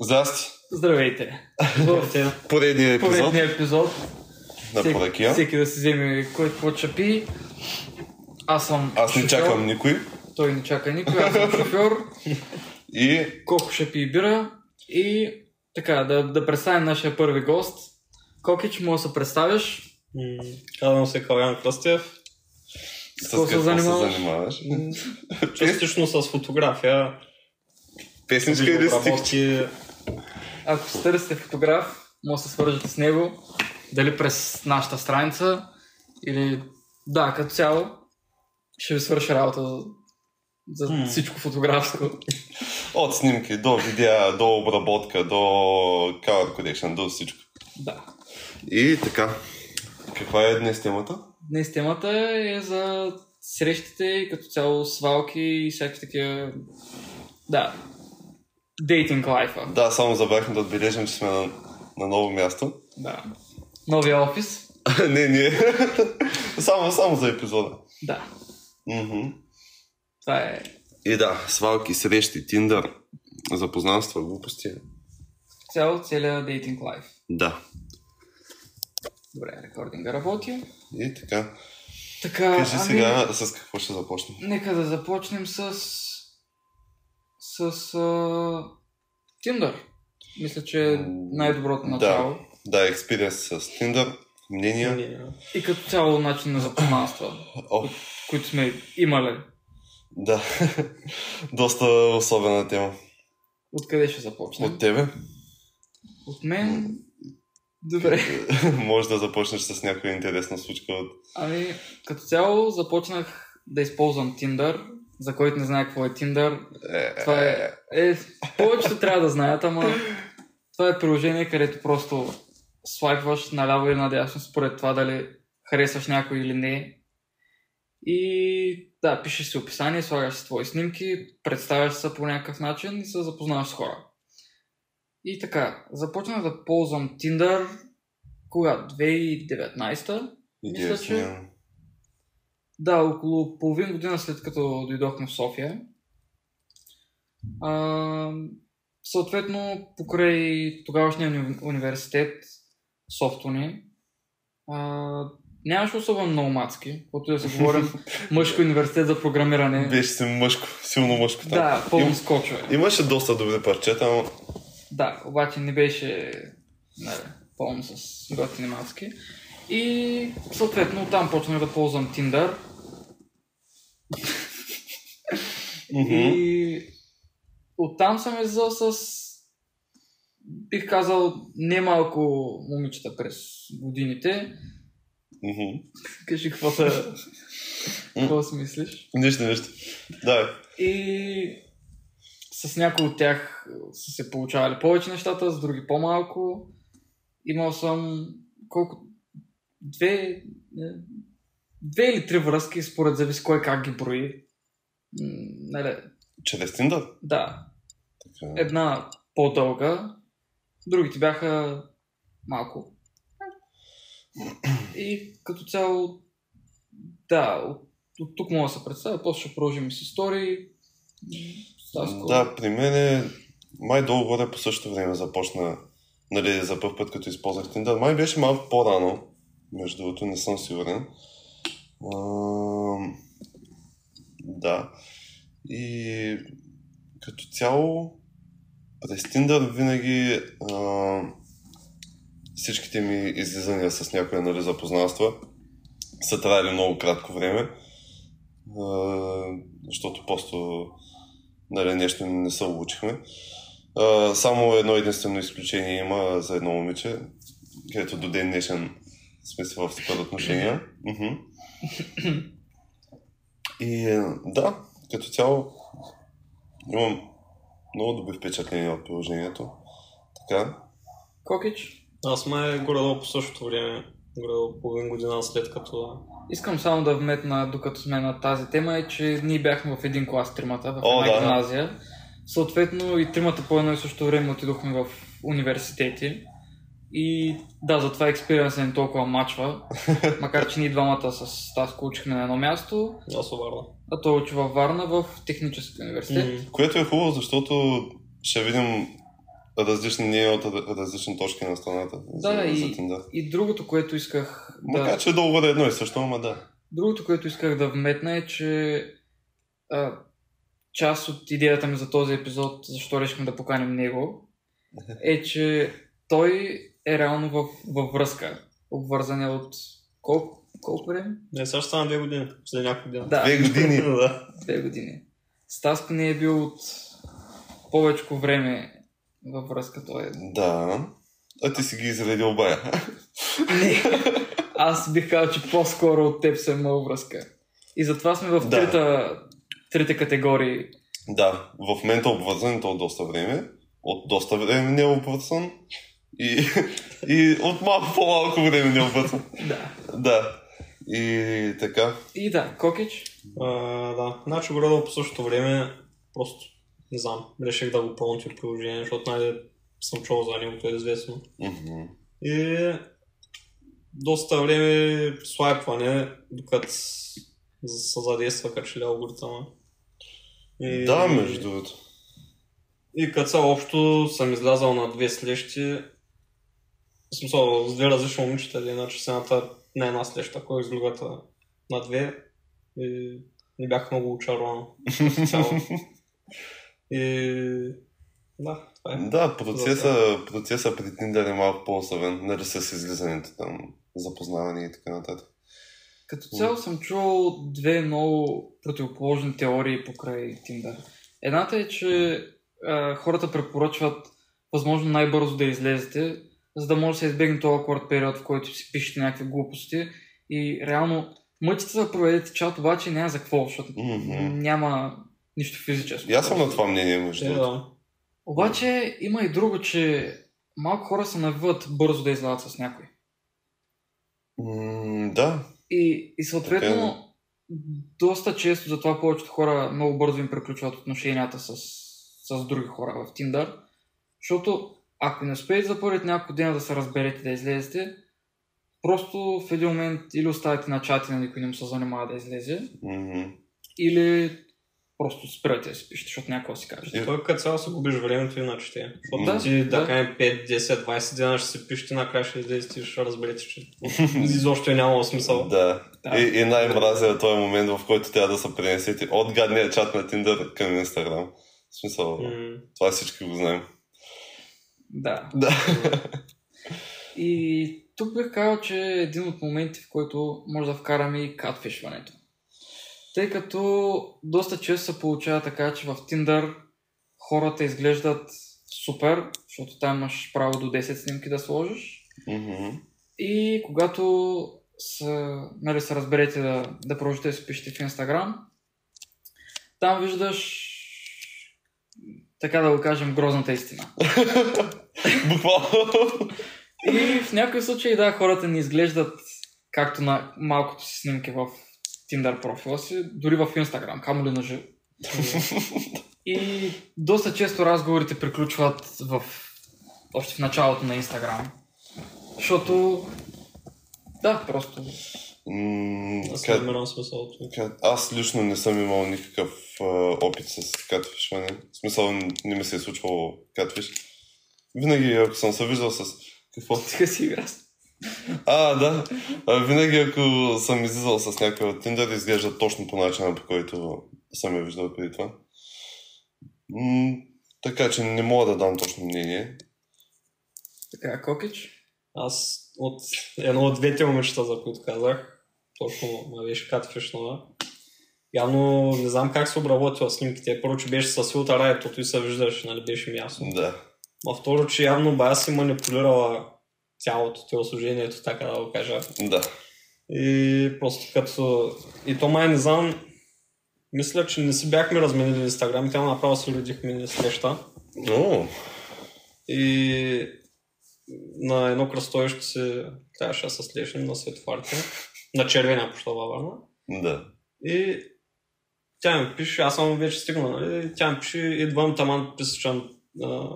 Здрасти! Здравейте! Здравейте! Поредният епизод Поредният епизод. на Поракия. всеки да си вземе кой какво чапи. Аз съм Аз не шофьор, чакам никой. Той не чака никой. Аз съм шофьор. И Колко ще пи бира. И така, да, да представим нашия първи гост. Кокич, може да се представяш. М, Казвам се Калян Кръстев. с какво какво се се занимаваш? занимаваш? М, Частично с фотография. Песничка или стих? видеообработки. Ако се търсите фотограф, може да се свържете с него. Дали през нашата страница или да, като цяло ще ви свърши работа за, за М. всичко фотографско. От снимки до видеа, до обработка, до color correction, до всичко. Да. И така. Каква е днес темата? Днес темата е за срещите и като цяло свалки и всякакви такива... Да. Дейтинг лайфа. Да, само забрахме да отбележим, че сме на, на ново място. Да. Новия офис. не, не. само, само за епизода. Да. Мгм. Това е... И да, свалки, срещи, Тиндър, запознанства, глупости. Цяло, целият дейтинг лайф. Да. Добре, рекординга работи. И така. Така, ами, Кажи сега с какво ще започнем. нека да започнем с... С... А... Tinder. Мисля, че е най-доброто Да. начало. Да, експириенс с Tinder, мнения. И като цяло начин на запознанства, О, които сме имали. да. Доста особена тема. Откъде ще започнем? От тебе? От мен. Добре. Може да започнеш с някоя интересна случка от... Ами, като цяло започнах да използвам Tinder, за който не знае какво е Tinder. Е, Това е... е повечето трябва да знаят, ама това е приложение, където просто слайпваш наляво или надясно, според това дали харесваш някой или не. И да, пишеш си описание, слагаш си твои снимки, представяш се по някакъв начин и се запознаваш с хора. И така, започнах да ползвам Tinder кога? 2019 мисля, идея, че- нямам. да, около половин година след като дойдохме в София. А, съответно, покрай тогавашния уни- университет, софтуни, а, нямаше особено много мацки, когато и да се говорим мъжко университет за програмиране. Беше си мъжко, силно мъжко. там. да, пълно Им- скочове. Имаше доста добри парчета, но Да, обаче не беше нали, пълно с готини мацки. И съответно там почнах да ползвам Tinder. Мгм. И оттам съм излизал с, бих казал, немалко момичета през годините. мгм. Кажи какво са... какво си мислиш? нищо, нищо. Да, И с някои от тях са се получавали повече нещата, с други по-малко. Имал съм колко... Две... е, Две или три връзки, според зависи кой как ги брои. М, Нали, чрез Tinder. да, Така. една по-дълга, другите бяха малко. И като цяло, да, от, от тук мога да се представя, после ще продължим с истории. Стаско. Да, при мен е... Май долу-горе по същото време започна, нали, за първ път, като използвах Tinder. Май беше малко по-рано, между другото, не съм сигурен. Ам, Да. И като цяло, през Tinder винаги а, всичките ми излизания с някоя нали, запознанства са траяли много кратко време, а, защото просто нали, нещо не се обучихме. А, само едно единствено изключение има за едно момиче, където до ден днешен сме си в супер отношения. Мгм. И е, да, като цяло имам много добри впечатления от приложението. Така, Кокич, Аз май горе по същото време, горе половин година след като... искам само да вметна, докато сме на тази тема, е, че ние бяхме в един клас тримата, в О, една да. гимназия. Съответно и тримата по едно и също време отидохме в университети. И да, затова експириенс не толкова мачва, макар че ние двамата с Таско учихме на едно място, Аз обарда. а той учи във Варна в Технически университет. което е хубаво, защото ще видим различни ние от ра- различни точки на страната. Да, за, и- за Tinder. И другото, което исках да... Макар, че е долу бъде едно и също, ама да. Другото, което исках да вметна е, че а, част от идеята ми за този епизод, защо решихме да поканим него, е, че той е реално в, във връзка. Обвързан е от колко, колко време? Не, сега ще стана две години, след няколко дни. Да, Две години. да. две години. Стаско не е бил от повече време във връзка. Той е... Да. А ти си ги изредил бая. Не. Аз бих казал, че по-скоро от теб съм имал връзка. И затова сме в Да. трите, трите категории. да, в момента обвързането от доста време. От доста време не е обвързан. И, и от малко по-малко време не е обвързан. Да. Да. И така. И да, Кокич. А, да. Значи горе по същото време, просто не знам, реших да го пълня това приложение, защото най съм чул за него, то е известно. Мгм. И доста време слайпване, докато се задейства като че ли алгоритъма. И, Да, между другото. И като цяло общо съм излязал на две срещи. В смисъл, с две различни момичета, или иначе с едната на една среща, кой с другата на две. И не бях много очарован. като цяло. И... Да, това е. Да, процеса, процеса при Tinder е малко по-особен, нали с излизането там, запознаване и така нататък. Като цяло съм чувал две много противоположни теории покрай Tinder. Едната е, че а, хората препоръчват възможно най-бързо да излезете, за да може да се избегне този акорд период, в който си пишете някакви глупости. И реално мъчите да проведете чат, обаче няма за какво, защото Мгм. няма нищо физическо. И аз съм на това мнение, между Е, другото. да. Обаче има и друго, че малко хора се навиват бързо да излязат с някой. М, Да, И, и съответно, Така доста често затова повечето хора много бързо им приключват отношенията с, с други хора в Tinder. Защото ако не успеете за първите няколко дена да се разберете да излезете, просто в един момент или оставяте на чат и на никой не му се занимава да излезе, Мгм. или просто спирате да си пишете, защото някой си каже. Е. Той като цяло си губиш времето иначе те. Защото Да, ти, да, да. кажем, 5, 10, 20 дена ще се пишете, накрая ще излезете и ще разберете, че изобщо е нямало смисъл. Да. Да. И, и най-мразя е този момент, в който трябва да се пренесете от гадния чат на Tinder към Instagram. В смисъл, М, това всички го знаем. Да. Да. И тук бих казал, че е един от моментите, в който може да вкараме и катфишването. Тъй като доста често се получава така, че в Tinder хората изглеждат супер, защото там имаш право до 10 снимки да сложиш. Мгм. И когато са, нали, се разберете да, да продължите да си пишете в Instagram, там виждаш така да го кажем, грозната истина. Буквално. И в някои случаи, да, хората ни изглеждат както на малкото си снимки в Tinder профила си, дори в Instagram, камо ли на живо. И доста често разговорите приключват в... още в началото на Instagram. Защото... Да, просто... М, Аз не как- разбирам смисъл. как- Аз лично не съм имал никакъв а, опит с катфишване. В смисъл, н- не ми се е случвало катфиш. Винаги, ако съм се виждал с... Какво? Сега си игра. А, да. А, винаги ако съм излизал с някой от Tinder, изглежда точно по начина, по който съм я виждал преди това. М- така че не мога да дам точно мнение. Така, Кокич. Аз от едно от двете момичета, за които казах, точно ме беше катфишнала. Явно не знам как се обработила снимките. Първо, че беше със филтъра, ето и се виждаше, нали, беше ми ясно. Да. А второ, че явно бая си манипулирала цялото телосложението, така да го кажа. Да. И просто като... И то май не знам... Мисля, че не си бяхме разменили Инстаграм, тя направо си уредихме среща. О, И на едно кръстовище се трябваше да се слежим на светофарите. На червена пошла във Варна. да. И тя ми пише, аз съм вече стигнал, нали? Тя ми пише, идвам таман пресичам а,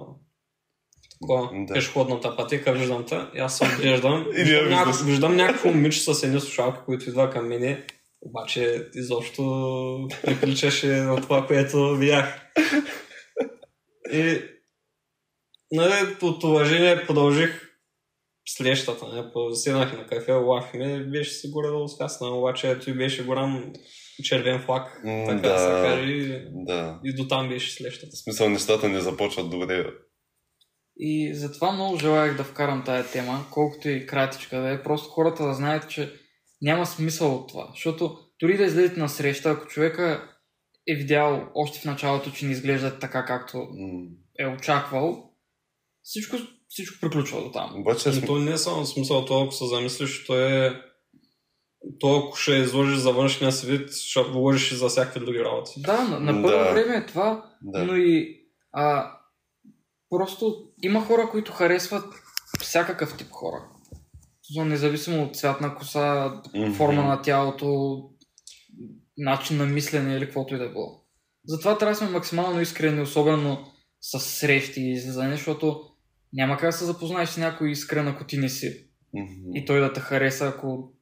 такова, Да. пешеходната пътека, виждам те. И аз се оглеждам. И я виждам, виждаш. някакво, виждам някакво момиче с едни слушалки, които идва към мене. Обаче изобщо приличаше на това, което видях. И нали, от уважение продължих нали, слещата, не, поседнах на кафе, лахме, беше си горе-долу скасна, обаче той беше голям червен флаг, М, така да да. се каже, и, Да. и до там беше слещата. В смисъл, нещата не започват добре. И затова много желаях да вкарам тая тема, колкото и кратичка да е, просто хората да знаят, че няма смисъл от това. Защото дори да излезете на среща, ако човека е видял още в началото, че не изглежда така, както М, е очаквал, всичко, всичко приключва до там. Обаче, Но то не е само смисъл, то ако се замислиш, то е... То ако ще изложиш за външния си вид, ще говориш и за всякакви други работи. Да, на, на Да. първо време е това, да. Но и а, просто има хора, които харесват всякакъв тип хора. За- Независимо от цвят на коса, Мгм. форма на тялото, начин на мислене или каквото и да било. Затова трябва да сме максимално искрени, особено с срещи и излизане, защото няма как да се запознаеш с някой искрен, ако ти не си. Мгм. И той да те хареса, ако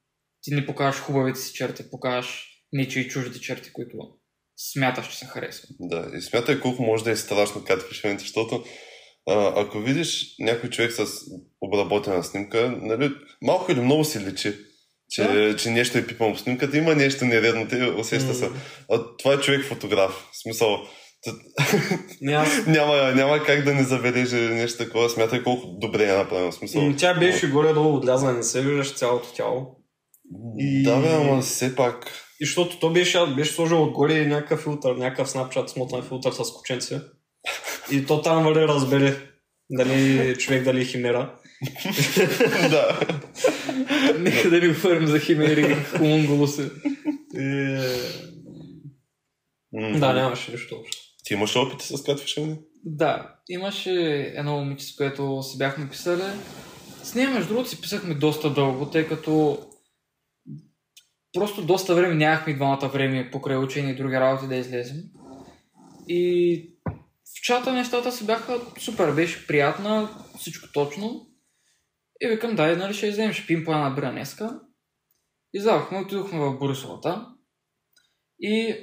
ти не покажеш хубавите си черти, покажеш нечи и чуждите черти, които смяташ, че се харесват. Да, и смятай колко може да е страшно катфишването, защото а, ако видиш някой човек с обработена снимка, нали, малко или много си личи, че, Да. че нещо е пипано по снимката, има нещо нередно, те усеща се. М, А това е човек фотограф. В смисъл, Не, аз... няма, няма как да не забележи нещо такова, смятай колко добре е направено. В смисъл. М, Тя беше горе-долу отлязана, не се виждаш цялото тяло. И... Да, бе, ама все пак. И защото то беше, беше сложил отгоре някакъв филтър, някакъв Snapchat смотан филтър с кученце. И то там вали разбере дали е човек, дали е химера. да. Нека да не говорим за химери, хумунгулуси. И... М. Да, нямаше нищо общо. Ти имаш опити с катфишване? Да, имаше едно момиче, с което си бяхме писали. С нея, между другото, си писахме доста дълго, тъй като просто доста време нямахме и двамата време покрай учени и други работи да излезем. И в чата нещата си бяха супер, беше приятна, всичко точно. И викам, дай, нали ще излезем, ще пием по една бира днеска. Издавахме, отидохме в Борисовата. И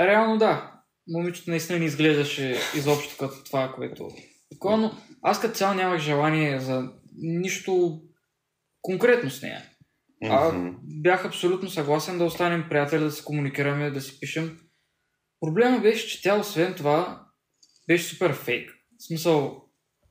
реално да, момичето наистина не изглеждаше изобщо като това, което... Такова, но аз като цяло нямах желание за нищо конкретно с нея. А Мгм. бях абсолютно съгласен да останем приятели, да се комуникираме, да си пишем. Проблема беше, че тя освен това беше супер фейк. В смисъл,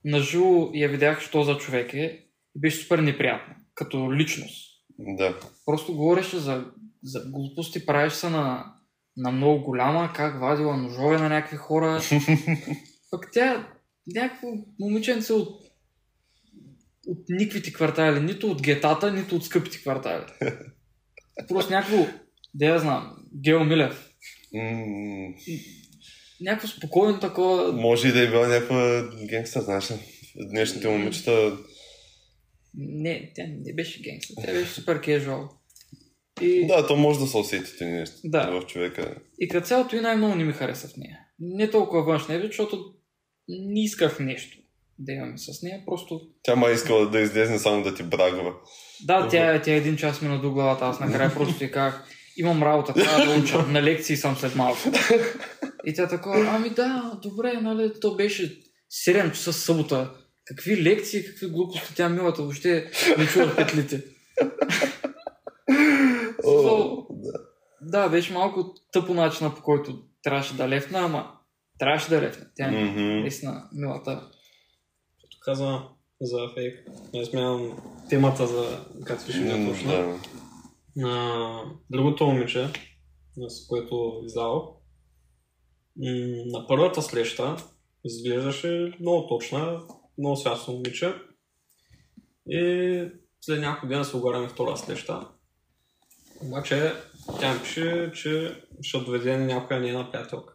наживо я видях, що за човек е и беше супер неприятна, като личност Да. просто говореше за, за глупости, правиш се на, на много голяма, как вадила ножове на някакви хора. Пък тя, някакво момиченце от, от никвите квартали, нито от гетата, нито от скъпите квартали. Просто някакво, да я знам, Гео Милев. М, Някакво спокойно такова, Може и да е била някаква генгстър, знаеш ли? Днешните момичета... не, тя не беше генгстър, тя беше супер кежуал. И... Да, то може да се усетите нещо Да. в човека. И като цялото и най-много не ми хареса в нея. Не толкова външния вид, защото не исках нещо да имам с нея. Просто Тя ма е искала да излезне само да ти брагва. да, тя, е- тя е един час ми до главата. Аз накрая просто и казах, имам работа, трябва да уча. На лекции съм след малко. И тя такова, ами да, добре, нали, то беше 7 часа събота. Какви лекции, какви глупости тя милата въобще не чува петлите. О, да. Да, беше малко тъпо начина по който трябваше да лефна, ама трябваше да лефна. Тя е Мгм. наистина милата. Като каза за фейк, не смятам темата за как пише М, не е точно. да. На другото момиче, с което издава, на първата среща изглеждаше много точна, много свясно момиче. И след няколко дена се огаряме втора среща. Обаче тя ми пише, че ще доведе някоя нейна приятелка.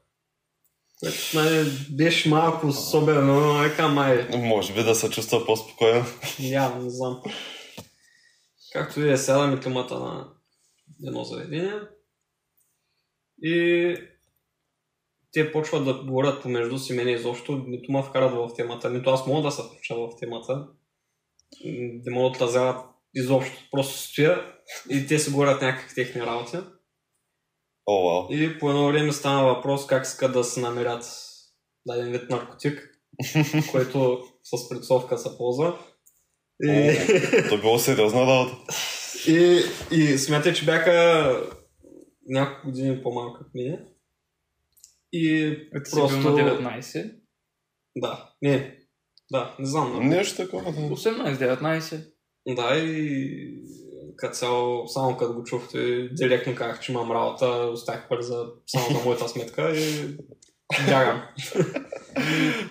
Което нали, беше малко особено, но е май. Може би да се чувства по-спокоен. Явно, не знам. Както и е, сядаме климата на едно заведение. И те почват да говорят помежду си мене изобщо, нито ме вкарат в темата, нито аз мога да се включа в темата. М, Не мога да отразяват изобщо. Просто стоя и те си говорят някакви техни работи. О, вау. И по едно време стана въпрос как искат да се намерят даден вид наркотик. което с прицовка се ползва. О, И, То е било сериозна работа. и, и смятай, че бяха няколко години по-малко от мене. И Като просто... си бил на 19. Да, не. Да, не знам. но- Нещо такова, да. 18-19. Да, и като цяло, само като го чух, той директно казах, че имам работа, оставих пари за само на моята сметка и бягам.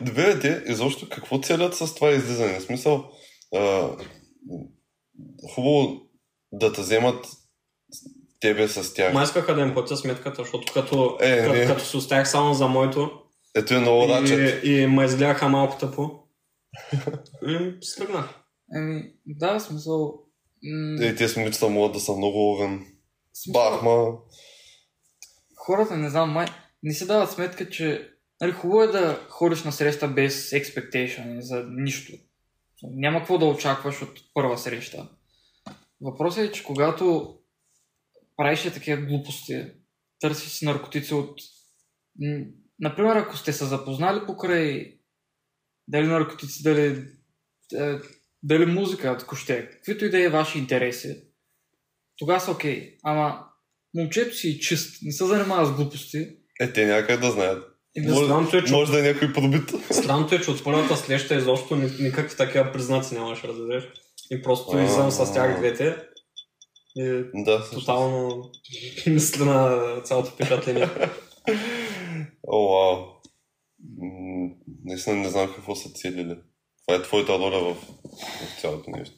Добре, бе, те, изобщо какво целят с това излизане? В смисъл, а, хубаво да те вземат тебе с тях. Ма искаха да им платя сметката, защото като, Е, като, не. като си оставях само за моето Ето е много рачет. и, и ме изгледаха малко тъпо. И стръгнах. Еми, да, в смисъл... м, Е, тези момичета могат да са много овен. смисъл, Бахма. хората, не знам, май, не си дават сметка, че нали, хубаво е да ходиш на среща без expectation, за нищо. Няма какво да очакваш от първа среща. Въпросът е, че когато правиш е такива глупости, търсиш си наркотици от... М, Например, ако сте се запознали покрай дали наркотици, дали, е, дали музика, ако ще, каквито и да е ваши интереси, тогава са окей. Ама момчето си е чист, не се занимава с глупости. Е, те някъде да знаят. И да Може, знам, че е чу- може да е някой пробит. Странното е, че от първата среща изобщо ни- никакви такива признаци нямаше, разбираш. И просто А. излизам с тях двете. И да, също. тотално мисля на цялото впечатление. О, вау. М, Наистина не знам какво са целили. Това е твоята роля в, в цялото нещо.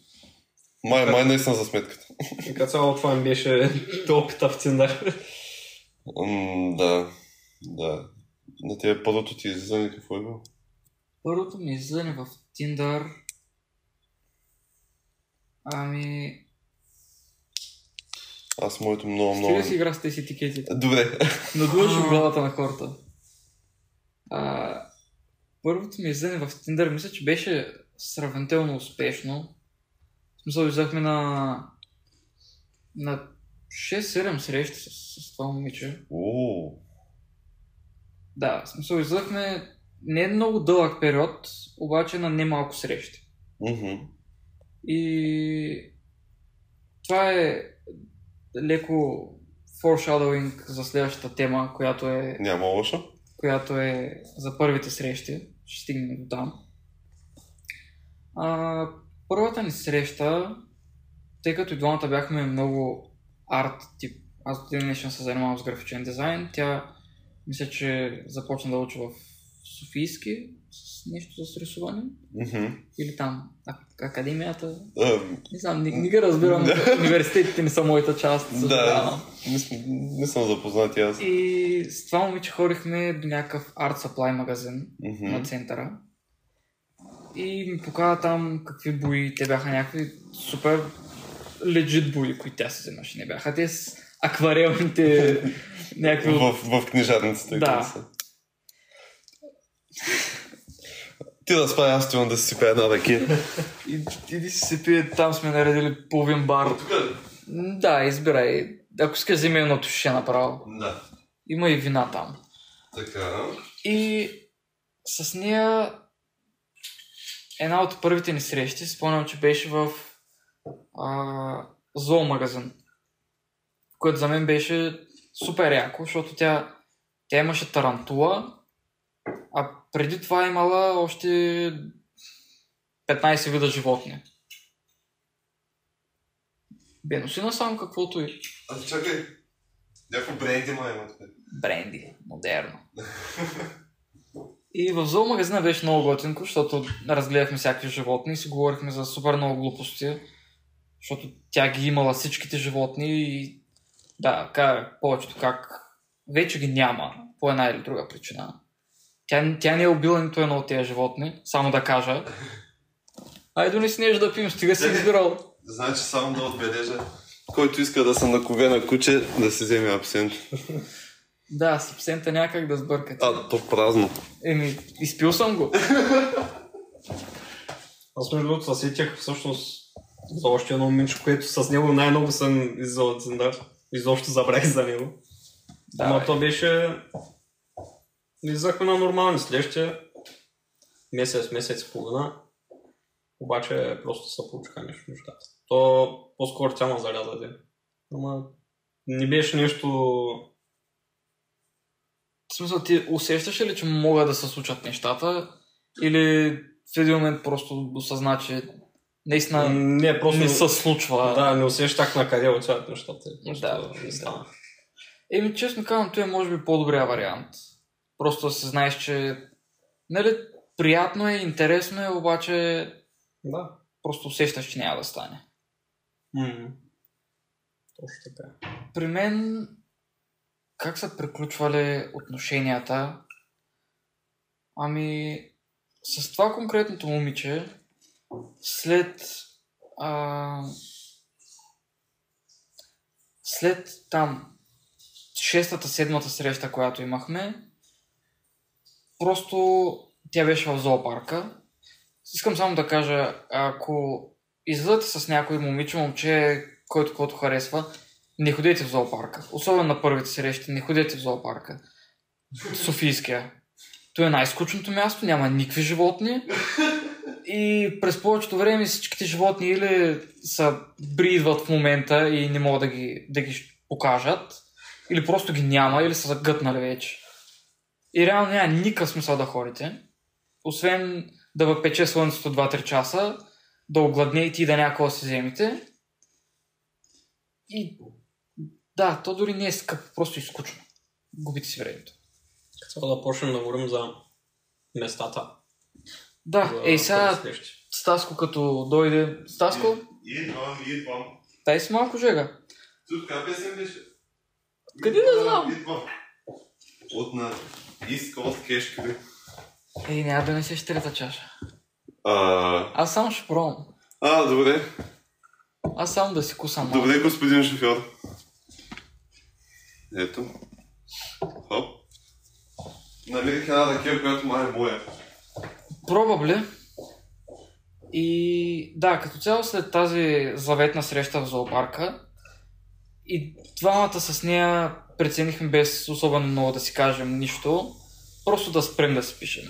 Май, май наистина за сметката. И като цяло това ми беше опита в Тиндър. М, да, да. На тебе първото ти излизане какво е било? Първото ми излизане в Tinder... Ами... Аз моето много, Ще много... ли си игра с тези етикетите? Добре. Надлъж в А. главата на хората. А, първото ми излизане в Tinder мисля, че беше сравнително успешно. В смисъл, излязахме на... на 6-7 срещи с, с това момиче. О, Да, в смисъл излъхме не много дълъг период, обаче на немалко срещи. мгм. И това е леко foreshadowing за следващата тема, която е, Няма лошо. която е за първите срещи. Ще стигнем до там. А, първата ни среща, тъй като и двамата бяхме много арт тип, аз до ден днешен се занимавам с графичен дизайн, тя мисля, че започна да учи в Софийски с нещо с рисуване Мгм. или там а- академията. Ам, Не знам, не, не ги разбирам. Да. Университетите не са моята част. съжалявам. Да, не, см- не съм запознат и аз. И с това момиче ходихме до някакъв арт supply магазин. Мгм. на центъра. И ми показа там какви бои. Те бяха някакви супер лежит бои, които тя се вземаше. Не бяха те с акварелните някакви... В, в книжарницата. Е, Да. къде са. Ти да спай, аз отивам да си сипя една ракия. И, иди си се пие, там сме наредили половин бар. М, Да, избирай. Ако искаш, вземи едното шише направо. Да. Има и вина там. Така. И с нея една от първите ни срещи, спомням, че беше в а, зоомагазин, което за мен беше супер яко, защото тя, тя имаше тарантула, а преди това имала още 15 вида животни. Бе, носи насам каквото и. А чакай. Някакво бренди май имат. бренди, модерно. И в зоомагазина беше много готинко, защото разгледахме всякакви животни и си говорихме за супер много глупости, защото тя ги имала всичките животни и да, как, повечето как вече ги няма по една или друга причина. Тя, тя не е убила нито едно от тези животни, само да кажа. Айде не си нещо да пием, стига си избирал. Значи само да отбележа. Който иска да се накове на куче, да си вземе абсент. Да, с абсента някак да сбъркате. А, то празно. Еми, изпил съм го. Аз между другото се сетях всъщност за още едно момиче, което с него най-много съм излизал от Тиндър. Изобщо забравих за него. Да, Но бе. то беше... Излизахме на нормални срещи. месец, месец и половина. Обаче просто се получиха нещо нещата. То по-скоро тя ме заляда един. Ама не беше нещо В смисъл, ти усещаш ли, че могат да се случат нещата? Или в един момент просто осъзна, че наистина Не, просто не се случва? Да, не усещах на къде отиват нещата. Просто Да, не стана. Еми, честно казвам, той е може би по-добрия вариант. Просто да се знаеш, че нали, приятно е, интересно е, обаче Да. просто усещаш, че няма да стане. М. Точно така. При мен как са приключвали отношенията? Ами, с това конкретното момиче, след а, след там шестата, седмата среща, която имахме, просто тя беше в зоопарка. Искам само да кажа, ако излезете с някой момиче, момче, който каквото харесва, не ходете в зоопарка. Особено на първите срещи, не ходете в зоопарка. Софийския. То е най-скучното място, няма никакви животни. И през повечето време всичките животни или са бридват в момента и не могат да ги, да ги покажат, или просто ги няма, или са загътнали вече. И реално няма никакъв смисъл да ходите. Освен да въпече слънцето 2-3 часа, да огладне и ти да някакво да си вземете. И да, то дори не е скъпо, просто е скучно. Губите си времето. Трябва да почнем да говорим за местата. Да, за ей сега първи срещи. Стаско като дойде... Стаско, Идвам, идвам. дай си малко жега. Тук така песен беше. Къде да знам? Идвам. От на иска от кешките. Ей, няма да не сеш трета чаша. А, Аз само ще пробвам. а, добре. Аз само да си кусам малко. Добре, господин шофьор. Ето. Хоп. Намерих една такива, която май е моя. Probably. И да, като цяло след тази заветна среща в зоопарка и двамата с нея преценихме без особено много да си кажем нищо, просто да спрем да си пишем.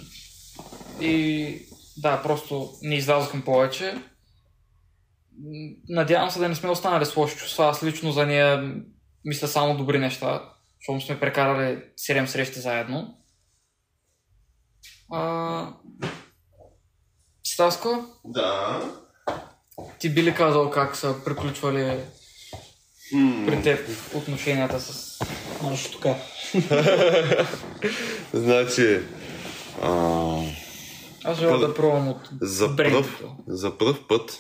И да, просто не излязохме повече. М, Надявам се да не сме останали с лоши чувства. Аз лично за нея м, мисля само добри неща, защото сме прекарали 7 срещи заедно. А... Стаско, Да. ти би ли казал как са приключвали М, при теб отношенията с... Точно така. Значи, а, Аз желая да пробвам от за, пръв, брендито. за пръв път,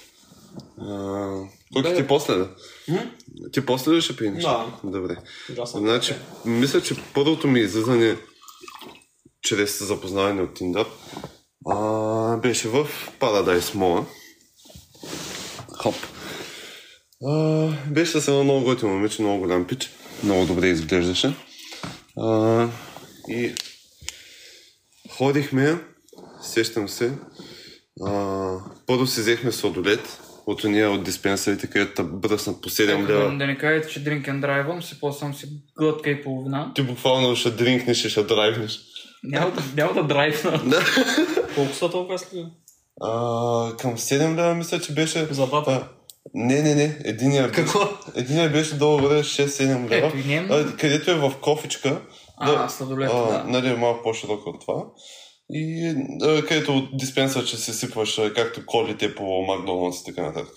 а, който Бе. ти после да? М? Ти после ли ще пиеш? Да. Добре. Ужасно. Значи, мисля, че първото ми излизане чрез запознаване от Tinder а, беше в Paradise Mall. Хоп. А, беше с едно много готино момиче, много голям пич. Много добре изглеждаше. А, и ходихме, сещам се, а, първо си взехме сладолет от уния от диспенсарите, където те бръснат по 7 Чакай лева. Да, да не кажете, че drink and drive си, после съм си глътка и половина. Ти буквално ще дринкнеш и ще драйвнеш. Няма да, няма да драйвна. Колко са толкова сли? А, към 7 лева мисля, че беше... За двата. А, не, не, не. Единия, беше- Какво? единия беше долу горе 6-7 лева. Ето и нем. А, където е в кофичка. А, сладолет, а, да. нали, е малко по-широко от това. И а, където от диспенсър, че се сипваш а, както колите по Макдоналдс и така нататък.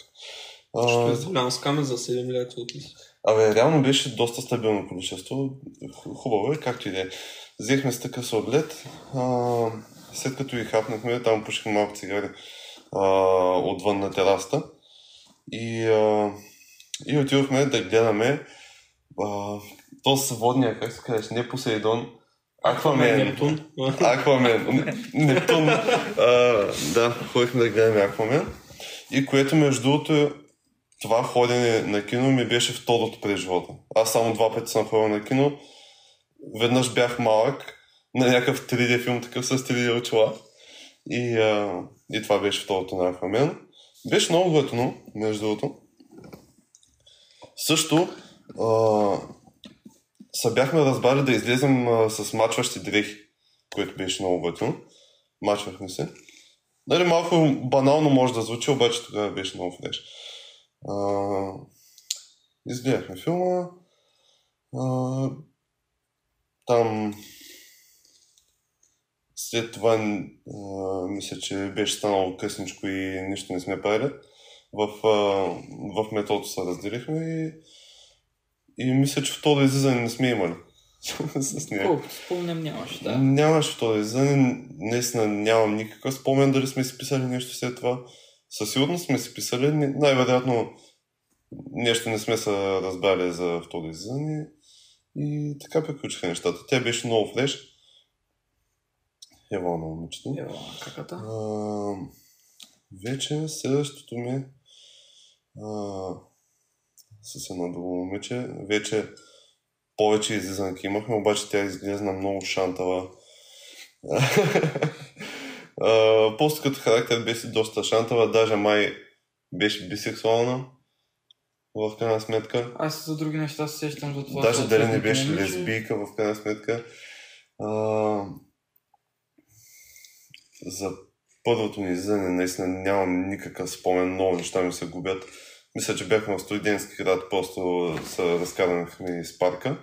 Ще А, е голям скамен за 7 лет от нас. Абе, реално беше доста стабилно количество. Ху- Хубаво е, както и да е. Взехме с такъв сладлет. А, след като и хапнахме, там пушихме малко цигари а, отвън на тераста. И, а, и отидохме да гледаме а, то с водния, как се казваш, не Посейдон, Аквамен. Нептун. Аквамен. Нептун. А, да, ходихме да гледаме Аквамен. И което между другото това ходене на кино ми беше второто през живота. Аз само два пъти съм ходил на кино. Веднъж бях малък на някакъв 3D филм, такъв с 3D очила. И, а, и това беше второто на Аквамен. Беше много готино, между другото. Също а, се бяхме разбрали да излезем а, с мачващи дрехи, което беше много готино. Мачвахме се. Нали, малко банално може да звучи, обаче тогава беше много флеш. А, изгледахме филма. А, там след това а, мисля, че беше станало късничко и нищо не сме правили. В, а, в метрото се разделихме и, и мисля, че второ излизане не сме имали. С нея. Колкото спомням нямаше, да. Нямаш второ излизане, наистина нямам никакъв спомен дали сме си писали нещо след това. Със сигурност сме си писали, не- най-вероятно нещо не сме се разбрали за второ излизане и така приключиха нещата. Тя беше много флеш. Ева на момичето. Ева, каката. А, вече следващото ми е, а, с едно друго момиче. Вече повече излизанки имахме, обаче тя изглезна много шантава. а, просто като характер беше доста шантава, даже май беше бисексуална в крайна сметка. Аз за други неща се сещам за това. Даже дали не съответно, беше момиче. лесбийка в крайна сметка. А, за първото ни излизане наистина нямам никакъв спомен, много неща ми се губят. Мисля, че бяхме в студентски град, просто се разкарахме из парка.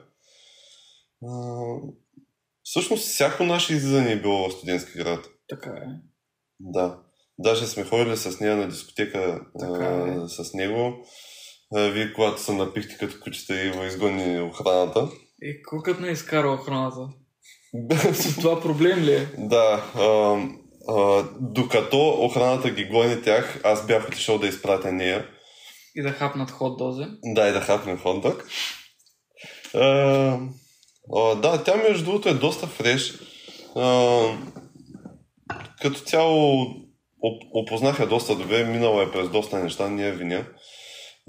А, всъщност всяко наше излизане е било в студентски град. Така е. Да. Даже сме ходили с нея на дискотека Така а, с него. А, вие, когато се напихте като кучета и го изгони охраната. И кукът не изкара охраната. Без- Това проблем ли е? да. А, а, докато охраната ги гони тях, аз бях отишъл да изпратя нея. И да хапнат ход дозе. Да, и да хапнем хот-дог. А, а, да, тя между другото е доста фреш. А, като цяло оп- опознах я доста добре, минала е през доста неща, не я виня.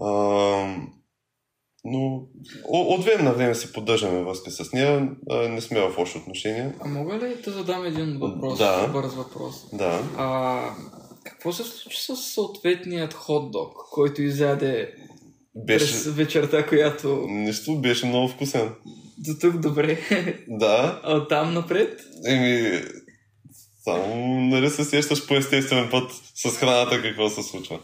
А, но о- от време на време се поддържаме връзка с нея, а, не сме в лоши отношения. А мога ли да задам един въпрос? Да. Бърз въпрос. Да. А, какво се случи с съответният хот-дог, който изяде Беше... през вечерта, която Нищо, беше много вкусен. до тук добре, Да, а там напред? еми... Само нали се сещаш по естествен път с храната какво се случва.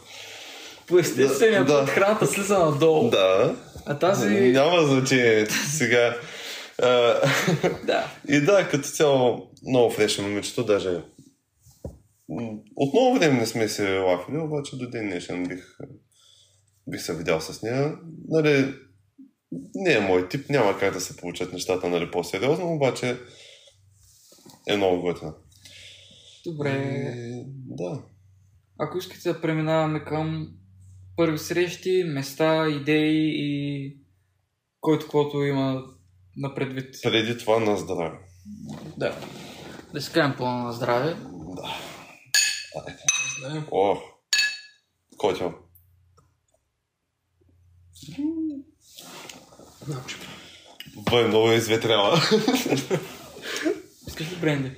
По естествения Да, да. път храната слиза надолу. Да, А тази... няма значение сега. А, Да. и да, като цяло много фреше момичето, даже м, от много време не сме се лафили, обаче до ден днешен бих, бих се видял с нея. Нали, не е мой тип, няма как да се получат нещата нали, по-сериозно, обаче е много готина. Добре. И, да. Ако искате да преминаваме към първи срещи, места, идеи и който каквото има на предвид. Преди това на здраве. Да. Да си кажем плана на здраве. Да. Знаем. О, котел. Значи, Бай, много е изветрява. Искаш ли бренди?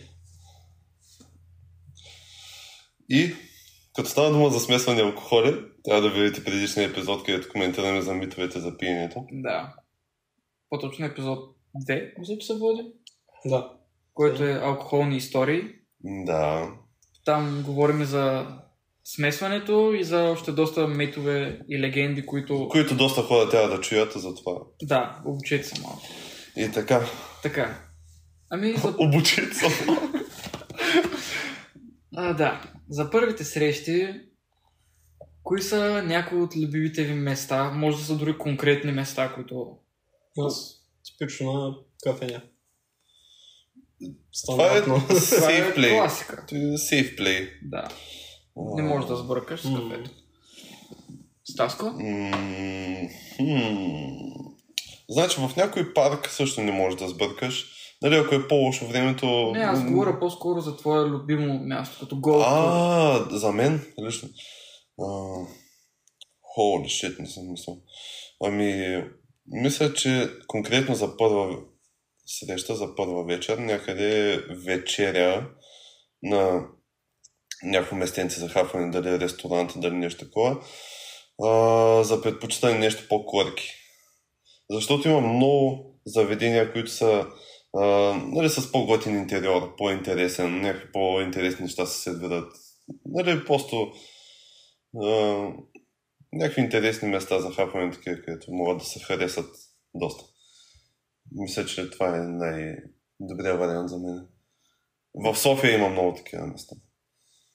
И като става дума за смесване алкохоли, трябва да видите предишния епизод, където коментираме за митовете за пиенето. Да. По-точно епизод 2, мисля, че се води, Да. който е алкохолни истории. Да. Там говорим за смесването и за още доста метове и легенди, които... Които доста хора трябва да чуят за това. Да, обучете се малко. И така, Така. Ами, за... обучите се. А, да. За първите срещи, кои са някои от любимите ви места? Може да са дори конкретни места, които... Аз типично на кафеня. Това е Стандартно. Това safe е play. класика. Safe play. Да. Не можеш да сбъркаш с М. кафето. Стаско? М, Е, хм. Значи в някой парк също не можеш да сбъркаш. Нали, ако е по-лошо времето... Не, аз говоря по-скоро за твое любимо място, като гол. А, за мен лично. А, Holy shit, не съм мислил. Ами, мисля, че конкретно за първа среща, за първа вечер, някъде вечеря на някакво местенце за хапване, дали е ресторант, дали нещо такова, а, за предпочитане нещо по-корки. Защото има много заведения, които са а, нали, с по-готин интериор, по-интересен, някакви по-интересни неща се сервират нали, просто а, някакви интересни места за хапване, такива, където могат да се харесат доста. Мисля, че това е най-добрият вариант за мен. В София има много такива места.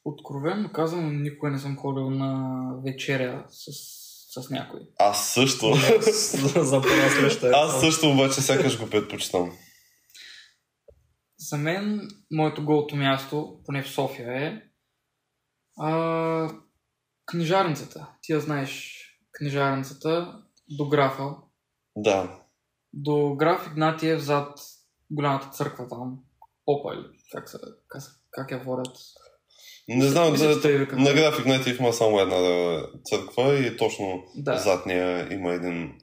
Откровенно казано, никога не съм ходил на вечеря с, с някой. Аз също. е, За първа среща. е. Аз също обаче сякаш го предпочитам. За мен, моето голото място, поне в София е, а, книжарницата. Ти я знаеш, книжарницата до графа. Да. До граф Игнатиев зад голямата църква там. Попа или как, се, как, се- как я водят. Не знам, Мисля, да, че е те я викат. на граф Игнатиев има само една църква и точно Да. зад нея има един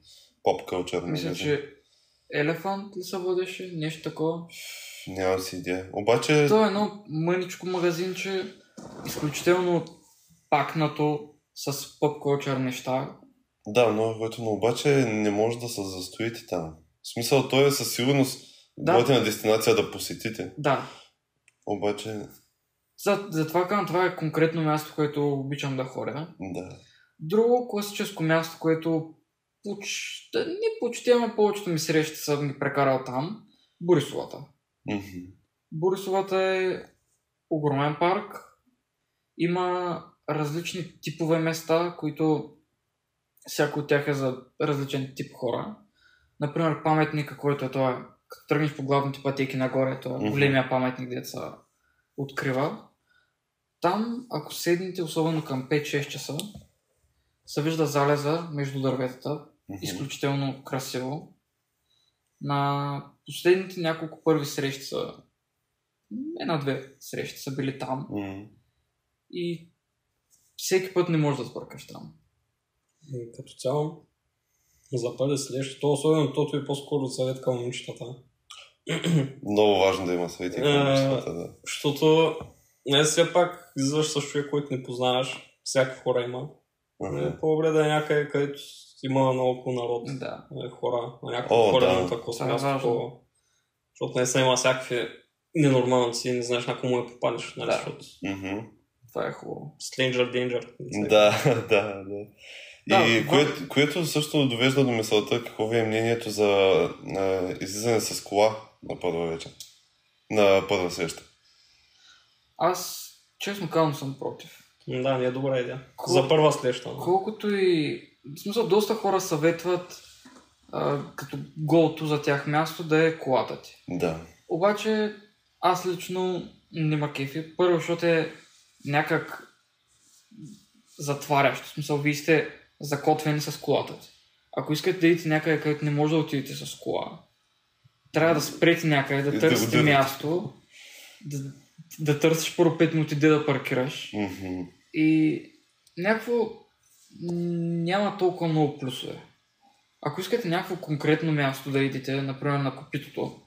поп нали? кълчер. Мисля, че Елефант ли се водеше? Нещо такова. Нямам си идея. Обаче, То е едно мъничко магазинче, изключително пакнато с поп-кулчър неща. да, много готино. Обаче не може да се застоите там. В смисъл, то е със сигурност Да. да. готина дестинация да посетите. Да, Обаче, за, затова казвам, това е конкретно място, което обичам да ходя. да. Друго класическо място, което почти, не почти, ама повечето ми срещи съм ги прекарал там, Борисовата. Мгм. Борисовата е огромен парк. Има различни типове места, които всяко от тях е за различен тип хора. Например, паметника, който е това, като тръгнеш по главните пътеки нагоре, това е Мгм. големия паметник, деца открива. Там, ако седнете, особено към 5-6 часа, се вижда залеза между дърветата, Мгм. изключително красиво. На последните няколко първи срещи са една-две срещи са били там Мгм. и всеки път не можеш да сбъркаш там. М, Ами, Като цяло, за първи среща, то особено тото е по-скоро съвет към момичетата. Много важно да има съвети към Е, момичетата, да. Защото не все пак излизаш с човек, който не познаваш. Всяка хора има. Ага. Е, По-добре да е някъде, където има много народ. Да. Е, хора, на някакво О, хора да. на такова Това е място. важно. такова. Защото не са има всякакви ненормалници, не знаеш на кому я попадеш, нали, Да. защото Мгм. Това е хубаво. Stranger Danger. не знам. Да, да, да. Да, И в- което, което също довежда до мисълта какво ви е мнението за а, излизане с кола на първа вечер. На първа среща. Аз честно казвам съм против. М, Да, не е добра идея. Кол- За първа среща. нали. Колкото и... В смисъл, доста хора съветват а, като голото за тях място да е колата ти. Да. Обаче аз лично не ма кефи. Първо, защото е някак затварящо. В смисъл, вие сте закотвени с колата ти. Ако искате да идете някъде, където не може да отидете с кола, трябва да спрете някъде, И да да търсите го дърпате. място, да, да търсиш първо 5 минути де да паркираш. Мгм. И някакво м, няма толкова много плюсове. Ако искате някакво конкретно място да идете, например на копитото,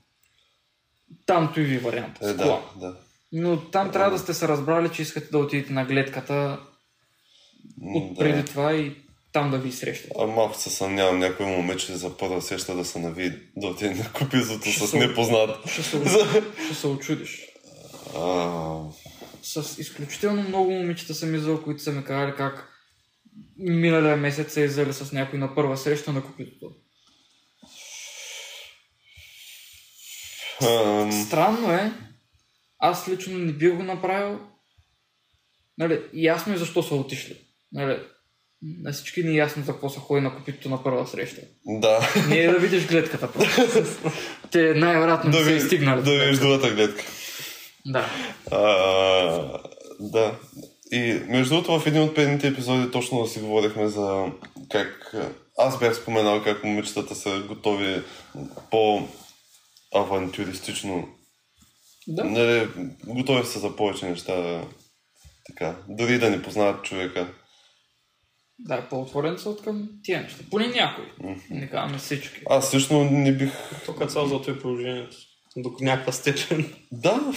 тамто и ви вариант. Е, С кола. да, Е. да. Но там трябва да сте се разбрали, че искате да отидете на гледката М, от преди да. това и там да ви срещат. А малко се съмнявам някой момиче за първа среща да се нави да отиде на купизото Ще с съм. непознат. Ще се, ще се очудиш. А, с изключително много момичета съм излъл, които са ми казали как миналия месец са излели с някой на първа среща на купитото. ам, Странно е. Аз лично не би го направил. Нали, ясно е защо са отишли. Нали, на всички ни е ясно за какво са ходи на купитото на първа среща. да. Не е да видиш гледката просто. Те най-вероятно не Да са ви, и стигнали. да видиш другата гледка. Да. А, да. И между другото, в един от предните епизоди точно си говорихме за как... Аз бях споменал как момичетата са готови по-авантюристично. да. Нали, готови са за повече неща. Така. Дори да не познават човека. Да, по-отворен са от към тия неща. Поне някои. Не казваме всички. Аз също не бих... Тук е цяло зато е положението. До някаква степен. Да.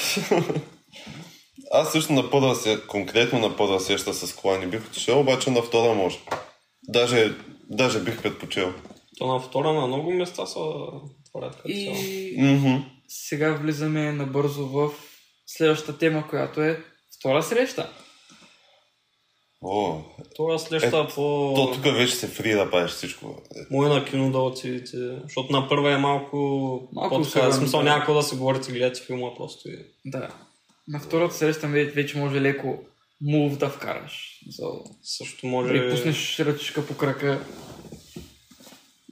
Аз също на първа се, конкретно на първа среща с кола не бих отишъл, обаче на втора може. Даже, даже бих предпочел. То на втора на много места са творят като цяло. И Мгм. сега влизаме набързо в следващата тема, която е втора среща. О, Това слеща е, по... то тук вече се фри да правиш всичко. Е, Му е на кино да отидете, защото на първа е малко... Малко по-така, особено, в смисъл да. няма какво да се говорите, гледате филма просто и... Да. На втората среща ве- вече може леко мув да вкараш. So, Също може... Може... пуснеш ръчичка по крака.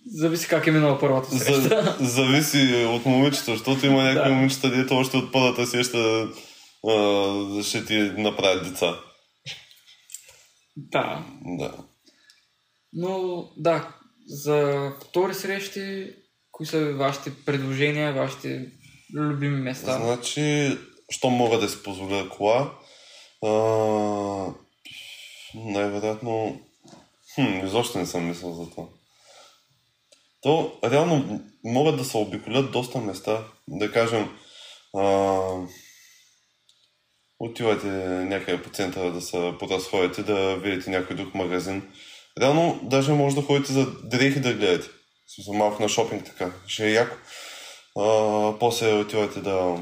Зависи как е минала първата среща. За, зависи от момичето, защото има някои Да. момичета, дето още от първата среща а, ще ти направят деца. Да. Да. Но да, за втори срещи, кои са вашите предложения, вашите любими места? Значи, що мога да си позволя кола? А, най-вероятно, хм, изобщо не съм мислил за това. То, реално, м- могат да се обиколят доста места. Да кажем, а, отивате някъде по центъра да се подразходите, да видите някой друг магазин. Реално, даже може да ходите за дрехи да гледате. В смисъл, малко на шопинг така. Ще е яко. А, после отивате да,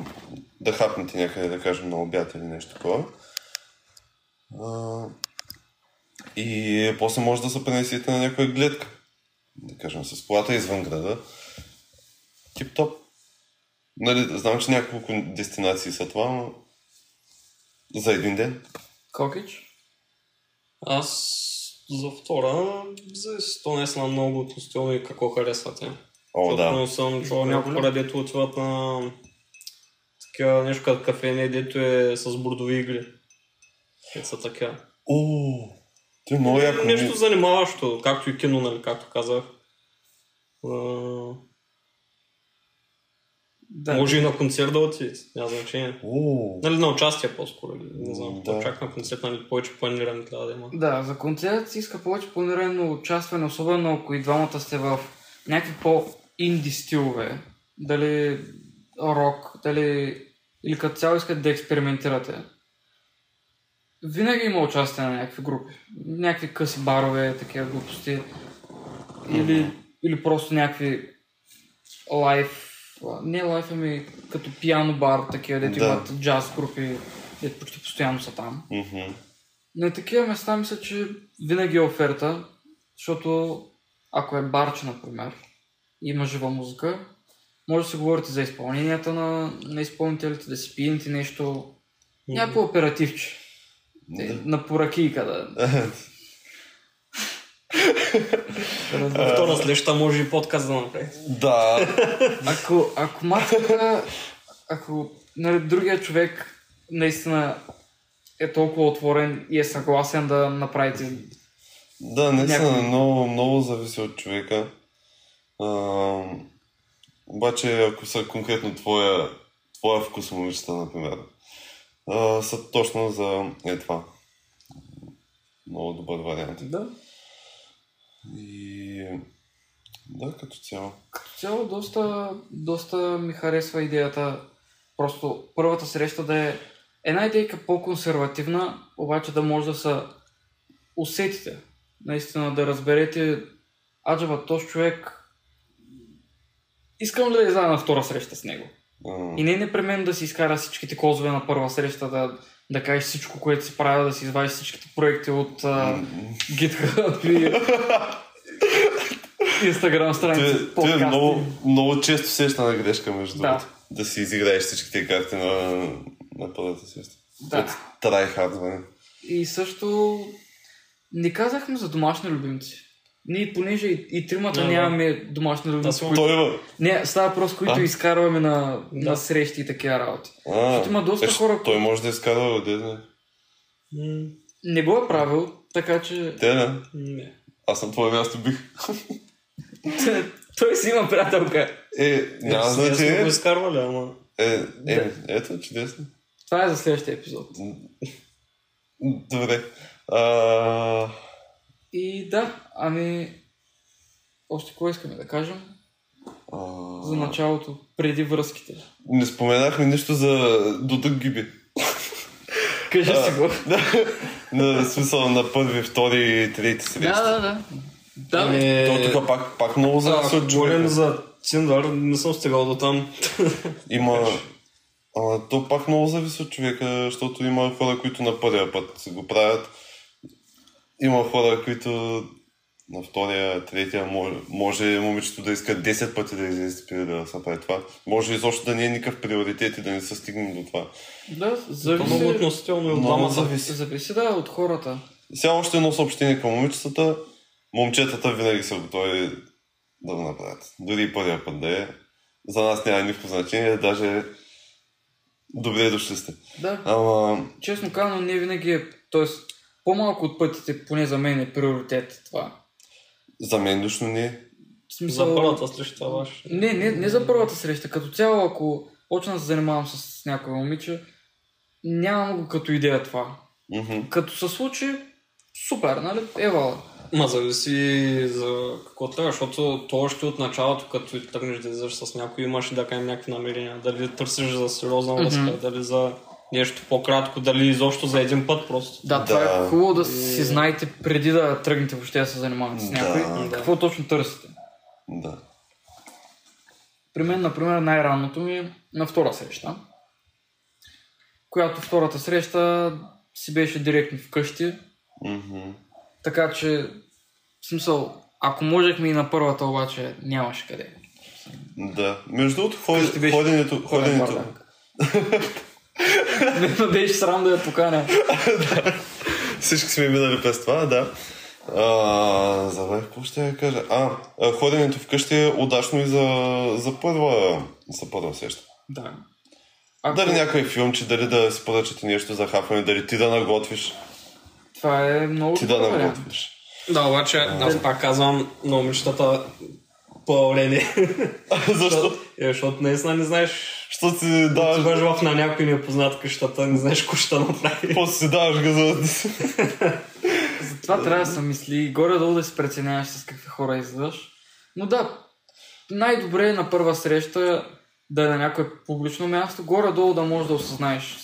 да хапнете някъде, да кажем, на обяд или нещо такова. А, и после може да се пренесете на някоя гледка. Да кажем, с колата извън града. Тип-топ. Нали, знам, че няколко дестинации са това, но за един ден. Кокич? Аз за втора, за то не съм много от костюми и какво харесвате. О, Защото да. съм чувал Добре, някои голям. хора, дето отиват на такива нещо като кафене, дето е с бордови игри. Те са така. О, ти е много яко. ми- Нещо занимаващо, както и кино, нали, както казах. А, Да. може и на концерт да отидете, няма значение. О, Нали, на участие по-скоро, или не знам, Да. да. чак на концерт, нали, повече планиране трябва да има. Да, за концерт се иска повече планирано участване, особено ако и двамата сте в някакви по-инди стилове. Дали рок, дали... Или като цяло искате да експериментирате. Винаги има участие на някакви групи. Някакви къси барове, такива глупости. Или, или просто някакви лайф... Не лайф, ами като пиано бар, такива, дето Да. имат джаз групи, дето почти постоянно са там. мгм. На такива места мисля, че винаги е оферта, защото ако е барче, например, и има жива музика, може да си говорите за изпълненията на, на изпълнителите, да си пиете нещо, някакво оперативче, Да. на поракийка да... да разбереш. Втора следваща може и подкаст да направи. Да, Ако, ако мацката, ако нали, другия човек наистина е толкова отворен и е съгласен да направите Да, наистина, Някой- много, много зависи от човека. А, обаче, ако са конкретно твоя, твоя вкус момичета, например, а, са точно за е това. Много добър вариант. да, И да, като цяло. Като цяло доста, доста ми харесва идеята. Просто първата среща да е една идейка по-консервативна, обаче да може да се усетите. Наистина да разберете, аджаба, този човек, искам ли да изляза на втора среща с него? А, И не непременно да си изкара всичките козове на първа среща, да, да кажеш всичко, което си правил, да си извадиш всичките проекти от uh, м, GitHub и Instagram Ти, страница, ти е подкасти. много, много често сещана грешка, между Да. другото. Да си изиграеш всичките карти на, на първата среща. нали? Да. От трайхардване. И също не казахме за домашни любимци. Ние, понеже и, и тримата Да, да. нямаме домашни любимци, съм- които... Той има. Не, става въпрос, които А? изкарваме на, Да. на срещи и такива работи. А, Защото има доста е, ще- хора, Той може да изкара родене. М, Не го е правил, така че Те не. Не. Аз на твое място бих. той си има приятелка. Е, няма Аз значи- не сме значение. го изкарвали, ама... Е, е, ето, чудесно. Това е за следващия епизод. Добре. А, И да, ами... Още какво искаме да кажем а, за началото, преди връзките? не споменахме нищо за Дудък Гиби. Кажи си го. На смисъл на първи, втори и трети срещи. да, да. Да, бе. Ами, То тук пак, пак много зависи ако от говорим човека. за Тиндър, не съм стигал до там. Има... А, то пак много зависи от човека, защото има хора, които на първия път го правят има хора, които на втория, третия може, може момичето да иска 10 пъти да излезе преди да се прави това. Може изобщо да не е никакъв приоритет и да не се стигнем до това. Да, То много зависи, относително и от Много двамата. зависи. зависи да, от хората. Сега още едно съобщение към момичетата. Момчетата винаги са готови да го направят. Дори и първия път да е. За нас няма никакво значение, даже добре дошли сте. Да, Ама честно казано, не винаги е, т.е. по-малко от пътите, поне за мен е приоритет това. за мен е. лично не. В За смисъл, първата среща ваш. Не, не, не за първата среща. Като цяло, ако почна да се занимавам с някоя момиче, нямам го като идея това. Мгм. Като се случи, супер, нали? Ева. Ма зависи за какво трябва, защото то още от началото, като и тръгнеш да излизаш с някой, имаш да кажем някакви намерения. Дали търсиш за сериозна Мгм. връзка, дали за нещо по-кратко, дали изобщо за един път просто. Да, това Да. е хубаво да си знаете преди да тръгнете въобще да се занимавате с някой. Да. Какво точно търсите? Да. При мен, например, най-ранното ми е на втора среща, която втората среща си беше директно вкъщи, Мгм. така че, в смисъл, ако можехме и на първата, обаче нямаше къде. Да. Между другото, Къщи ход, беше ходенето, Пълен ходенето, бардак. Не надееш срам да я поканя. Всички сме минали през това, да. А, забравих какво ще я кажа. А, а, ходенето вкъщи е удачно и за, за, първа, за първа среща. Да. Ако... Дали някой филмче, дали да си поръчате нещо за хапване, дали ти да наготвиш, Това е много ти да добър вариант. наготвиш. Да, обаче аз пак казвам на момичетата по-лени. Защо? Е, защото наистина не знаеш Що си Аз даваш, бъж в на някой е непознат къщата, не знаеш какво ще направи. после си даваш газа. Затова трябва да се мисли и горе-долу да се преценяваш с какви хора излъж. Но да, най-добре е на първа среща да е на някое публично място, горе-долу да можеш да осъзнаеш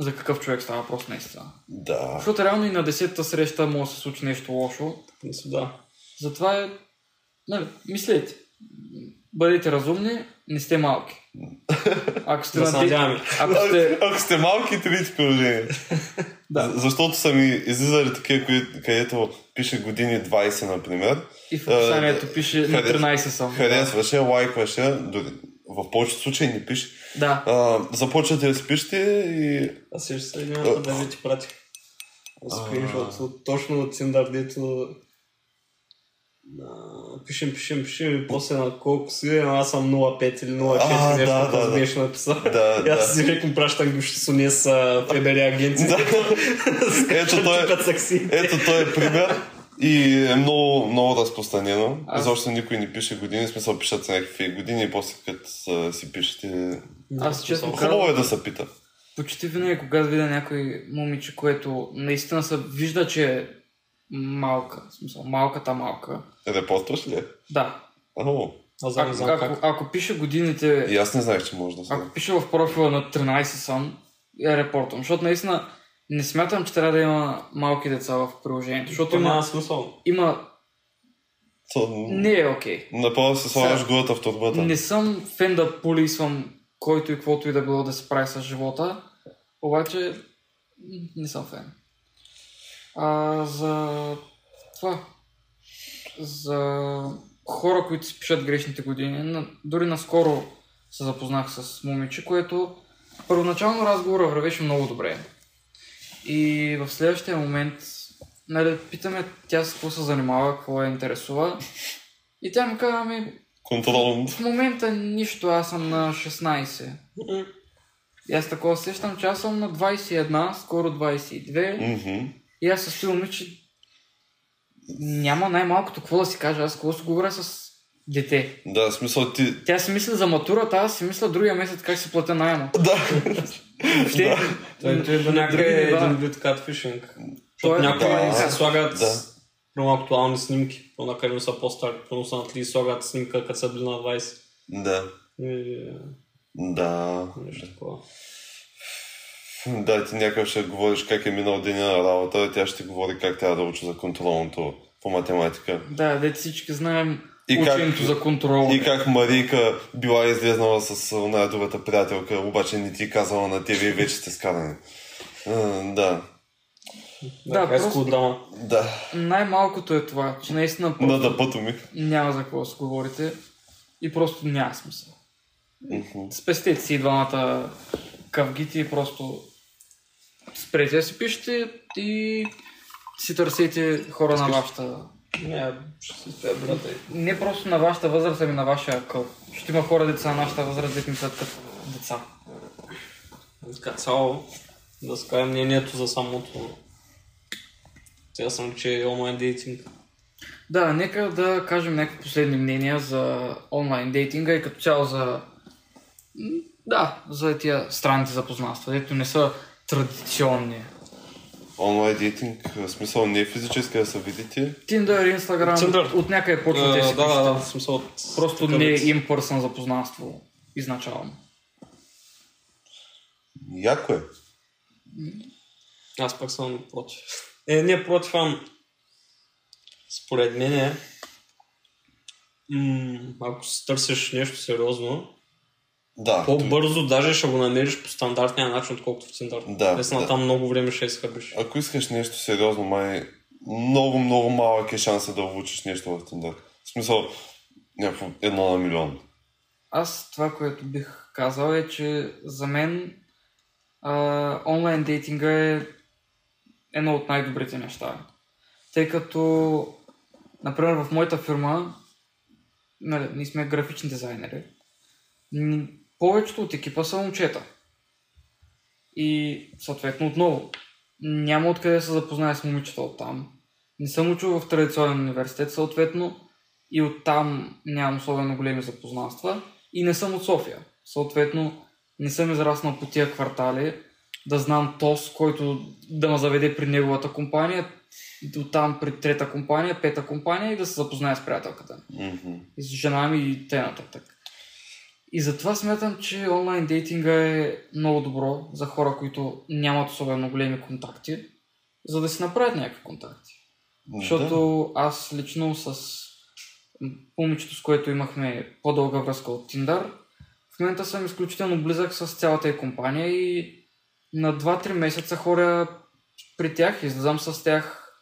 за какъв човек става въпрос наистина. Да. Защото реално и на десетата среща може да се случи нещо лошо. Да. Затова е, нали, мислете. Бъдете разумни, не сте малки. Ако сте Да се на дет... надяваме. Ако А- сте... Ако сте малки, трите приложения. Да. Защото са ми излизали такива, кои- където пише години 20, например. И в описанието пише на харес- 13 съм. Харесваше, лайкваше, дори в повечето случаи не пише. Да. А, започвате да спишете и... Аз ще се едината да ви ти пратих. Скриншот от- точно от Tinder, дето на- пишем, пишем, пишем и после на колко си, ама аз съм 05 или 04, А, нещо да, такова да, да. беше написал. Да, И да. аз си директно пращам ги, ще суне с а, ФБР агенти. Да. Ето Ето той е- той. Ето, той е пример. И е много, много разпространено. Аз- Изобщо никой не пише години, в смисъл пишат се някакви години и после като са- си пишете... Аз честно Хубаво е да се пита. Почти винаги, когато видя някой момиче, което наистина се вижда, че е малка, в смисъл, малката малка. Репортваш ли? е? Да. Ау, Аз не Ако, знам ако, как. Е, ако пише годините, и аз не знаех, че може да стане. ако пише в профила на 13 съм, я репортвам. Защото наистина не смятам, че трябва да има малки деца в приложението. Защото То няма има, смисъл. има... То- Не е окей. Направо се слагаш гулата в турбата. Не съм фен да полисвам който и каквото и да било да се прави с живота, обаче м, не съм фен. А, за това, за хора, които си пишат грешните години, на- дори наскоро се запознах с момиче, което първоначално разговора вървеше много добре. И в следващия момент нали, питаме тя с какво се занимава, какво я интересува. И тя ми казва, ами, Контролно. в момента нищо, аз съм на 16. И аз такова сещам, че аз съм на 21, скоро 22. Мгм. И аз със сигурно, че няма най-малкото какво да си кажа. Аз какво си говоря с дете. Да, в смисъл ти... Тя си мисли за матурата, аз си мисля другия месец как си платя найма. Да. Въобще, Той той е до някъде други нива. един вид катфишинг. Той Защото е- някои Да. се слагат Да. прямо актуални снимки, по на където са по-стари, пълно са на 30, слагат снимка, като са били на 20. Да. И, Да. е, нещо такова. Да, ти някак ще говориш как е минал деня на работа, тя ще говори как трябва да учи за контролното по математика. да, дете всички знаем И как- ученето за контрол. И как Марийка била излезнала с оная другата е приятелка, обаче не ти казала на тебе и вече сте скарани. М, Да. Да, Да, просто- просто... дама. Да, Най-малкото е това, че наистина просто на дъпото ми. няма за какво да си говорите и просто няма смисъл. Мгм. Спестете си и двамата кавгите и просто спрете да си пишете и си търсете хора на вашата... Не, ще си спя, брата. Не просто на вашата възраст, ами на вашия къл. Ще има хора деца на нашата възраст, дето мислят като деца. Така цяло, да си кажа мнението за самото. Сега съм, че е онлайн дейтинг. Да, нека да кажем някакви последни мнения за онлайн дейтинга и като цяло за... м, Да, за тия странните запознанства, дето не са традиционни. онлайн дейтинг, в смисъл не е физически да се видите. Tinder, Instagram, Tinder. от някъде А, почват те си Е, да, пишат. да, да, в смисъл от... Просто такъв не е вид. in-person запознанство изначално. Яко е. Аз пък съм против. Е, не против, ам... Според мен е... М- ако си търсиш нещо сериозно, Да. по-бързо даже ще го намериш по стандартния начин, отколкото в Tinder. Да, Наистина, да. там много време ще изхъбиш. Ако искаш нещо сериозно, май много, много малък е шанса да обучиш нещо в Tinder. В смисъл, някакво едно на милион. Аз това, което бих казал е, че за мен а, онлайн дейтинга е едно от най-добрите неща. Тъй като, например, в моята фирма, нали, ние сме графични дизайнери, н- повечето от екипа са момчета. И, съответно, отново, няма откъде да се запозная с момичета от там. Не съм учил в традиционен университет, съответно, и оттам нямам особено големи запознанства. И не съм от София. Съответно, не съм израснал по тия квартали, да знам ТОС, който да ме заведе при неговата компания, до там при трета компания, пета компания и да се запозная с приятелката ми, Мгм. и с жена ми и те нататък. И затова смятам, че онлайн дейтинга е много добро за хора, които нямат особено големи контакти, за да си направят някакви контакти. Защото аз лично с момичето, с което имахме по-дълга връзка от Tinder, в момента съм изключително близък с цялата й компания и на 2-3 месеца хора при тях, излизам с тях,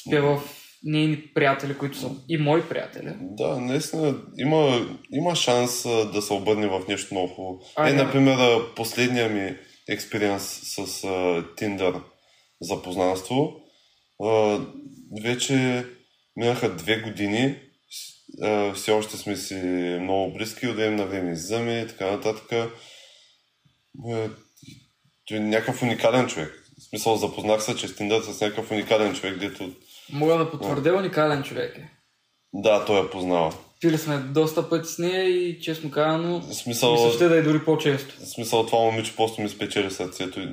спя в нейни приятели, които са и мои приятели. Да, да наистина има, има шанс а, да се обърне в нещо много хубаво. А, е, да. например, а, последния ми експириенс с а, Tinder запознанство. А, вече минаха две години, с- а, все още сме си много близки, от време на време излизаме и така нататък. Е, Той е някакъв уникален човек. В смисъл, запознах се чрез Tinder е с някакъв уникален човек, дето Мога да потвърдя, уникален човек е. да, той е я познава. Пили сме доста пъти с нея и честно казано, В смисъл... мисля ще да е дори по-често. В смисъл това момиче просто ми спечели сърцето. и-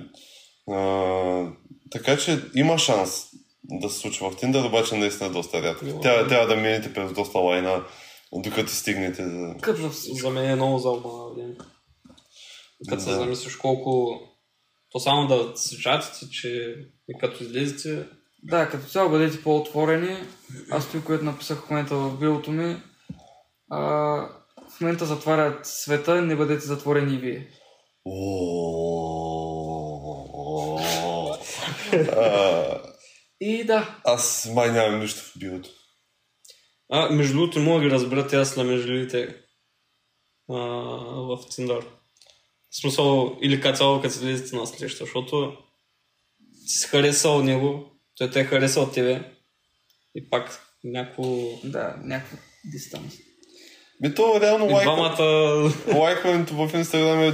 А, така че има шанс да се случи в Tinder, обаче наистина е доста рядко. Мило. Трябва, трябва да минете през доста лайна, докато стигнете. Да... Кът във всичко. За мен е много залба на ден. Като се Да. замислиш колко... То само да се чатите, че и като излезете, Да, като цяло бъдете по-отворени. Аз това, което написах в момента в билото ми, а, в момента затварят света, не бъдете затворени и вие. О, а, И да, Аз май нямам нищо в биото. А, между другото, не мога да ги разбера тези слемежливите а, в Tinder. В смисъл, или като цяло, като излезете на среща, защото си си харесал него, той те е харесал тебе и пак някакво... да, някаква дистанция. Ми то реално И лайк, двамата... лайкването в Инстаграм е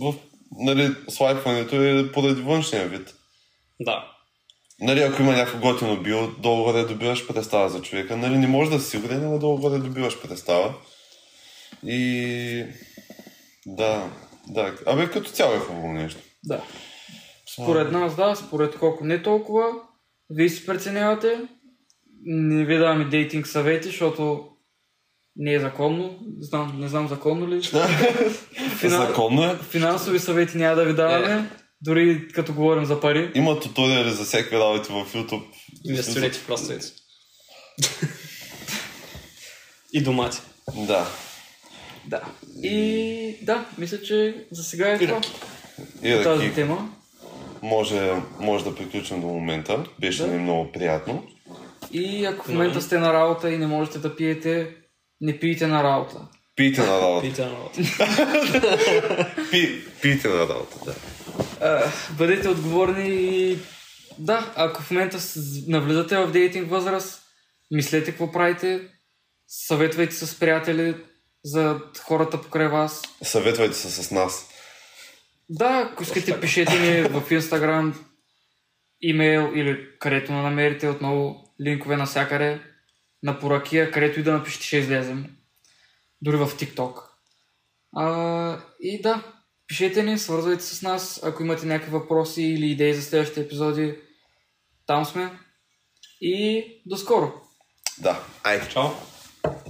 в, нали, слайпването е поради външния вид. Да. Нали, ако има някакво готино био, долу-горе добиваш представа за човека. Нали, не може да си сигурен, но долу-горе добиваш представа. И... Да, да. Абе, като цяло е хубаво нещо. Да. Според нас, да, според колко не толкова, вие си преценявате. Не ви даваме дейтинг съвети, защото не е законно. Знам, не знам законно ли. Финал- Законно е. Финансови съвети няма да ви даваме, дори като говорим за пари. Има туториали за всякакви работи в YouTube. Инвестирайте в краставица. и домати. Да. Да. И да, мисля, че за сега е това И по тази ръки. тема. може, може да приключим до момента. Беше Да. ни много приятно. И ако в момента сте на работа и не можете да пиете, не пийте на работа. Пийте на работа. Питай е на работа. Пи, пийте на работа, да. А, бъдете отговорни и да, ако в момента с- навлизате в дейтинг възраст, мислете какво правите, съветвайте се с приятели за хората покрай вас. Съветвайте се с нас. Да, ако искате, така. пишете ни в Instagram, имейл или където не намерите отново линкове навсякъде на поръкия, където и да напишете, ще излезем. Дори в TikTok. А, и да, пишете ни, свързвайте се с нас, ако имате някакви въпроси или идеи за следващите епизоди. Там сме. И до скоро! Да, ай. Чао.